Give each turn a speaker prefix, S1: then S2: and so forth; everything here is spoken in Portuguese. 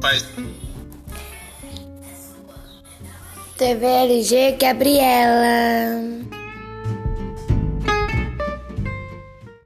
S1: Paz.
S2: TVLG Gabriela.